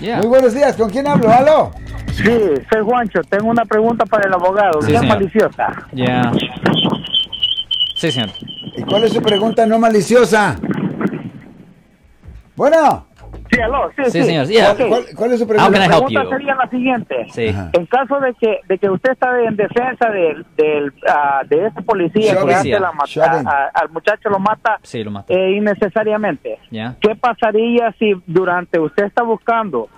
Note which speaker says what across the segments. Speaker 1: Yeah. Muy buenos días, ¿con quién hablo? ¿Aló?
Speaker 2: Sí, soy Juancho, tengo una pregunta para el abogado,
Speaker 3: Sí,
Speaker 2: que es
Speaker 3: señor.
Speaker 2: maliciosa.
Speaker 3: Ya. Sí, señor.
Speaker 1: ¿Y cuál es su pregunta no maliciosa? Bueno,
Speaker 2: Sí, aló, sí,
Speaker 3: Sí,
Speaker 2: sí.
Speaker 3: señor, yeah.
Speaker 2: Ok,
Speaker 1: ¿cuál, cuál es su
Speaker 3: How can I
Speaker 1: pregunta?
Speaker 2: La
Speaker 3: help
Speaker 2: pregunta
Speaker 3: you?
Speaker 2: sería la siguiente.
Speaker 3: Sí.
Speaker 1: Ajá.
Speaker 2: En caso de que, de que usted está en defensa del, del, ah, de ese policía
Speaker 1: Shogun.
Speaker 2: que antes la mata-
Speaker 1: Shogun.
Speaker 2: a- al muchacho lo mata
Speaker 3: Sí, lo mató.
Speaker 2: eh, innecesariamente,
Speaker 3: Ya.
Speaker 2: ¿qué pasaría si durante usted está buscando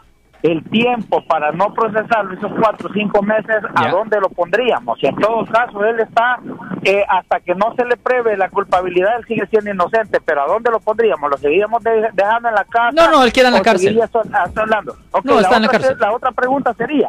Speaker 2: el tiempo para no procesarlo, esos cuatro o cinco meses,
Speaker 3: Ya.
Speaker 2: ¿a dónde lo pondríamos? Y en todo caso, él está, eh, hasta que no se le pruebe la culpabilidad, él sigue siendo inocente, pero ¿a dónde lo pondríamos? ¿Lo seguiríamos de- dejando en la casa?
Speaker 3: No, no, él queda en la
Speaker 2: ¿O
Speaker 3: cárcel.
Speaker 2: seguiría sol- ah, hablando? Ok,
Speaker 3: No, está en la
Speaker 2: otra-
Speaker 3: cárcel.
Speaker 2: La otra pregunta sería,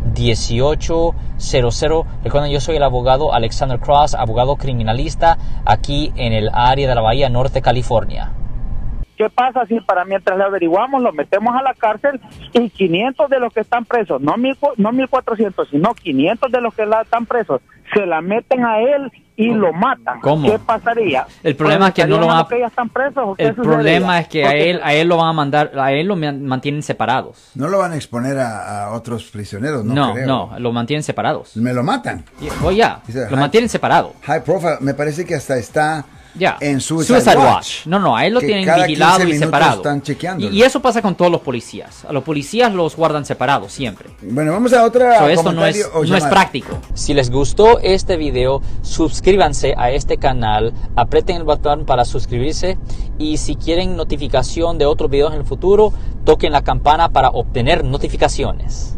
Speaker 4: 1-800-530-1800. Recuerden, yo soy el abogado Alexander Cross, abogado criminalista aquí en el área de la Bahía Norte, California.
Speaker 2: ¿Qué pasa si para mientras le averiguamos lo metemos a la cárcel y 500 de los que están presos, no 1000 cu- no 1400, sino 500 de los que la están presos, se la meten a él y lo matan?
Speaker 3: ¿Cómo?
Speaker 2: ¿Qué pasaría?
Speaker 3: El problema es que no lo
Speaker 2: ¿Estarían
Speaker 3: van a-
Speaker 2: los que ya están presos o qué
Speaker 3: El
Speaker 2: sucedería?
Speaker 3: problema es que a
Speaker 2: Porque-
Speaker 3: él, a él lo van a mandar, a él lo man- mantienen separados.
Speaker 1: No lo van a exponer a, a otros prisioneros, no,
Speaker 3: No,
Speaker 1: creo.
Speaker 3: no, lo mantienen separados.
Speaker 1: Me lo matan.
Speaker 3: Yeah, Well, yeah,
Speaker 1: Dice,
Speaker 3: lo
Speaker 1: "Hi".
Speaker 3: mantienen separado.
Speaker 1: High profile, me parece que hasta está
Speaker 3: Ya.
Speaker 1: en Suicide, Watch.
Speaker 3: No, no, a él lo
Speaker 1: que
Speaker 3: tienen
Speaker 1: cada 15
Speaker 3: vigilado y
Speaker 1: minutos
Speaker 3: separado.
Speaker 1: están chequeando.
Speaker 3: Y, y eso pasa con todos los policías. A los policías los guardan separados siempre.
Speaker 1: Bueno, vamos a otra
Speaker 3: So, esto no
Speaker 1: comentario
Speaker 3: es,
Speaker 1: o
Speaker 3: no es
Speaker 1: llamada.
Speaker 3: práctico.
Speaker 4: Si les gustó este video, suscríbanse a este canal, aprieten el botón para suscribirse y si quieren notificación de otros videos en el futuro, toquen la campana para obtener notificaciones.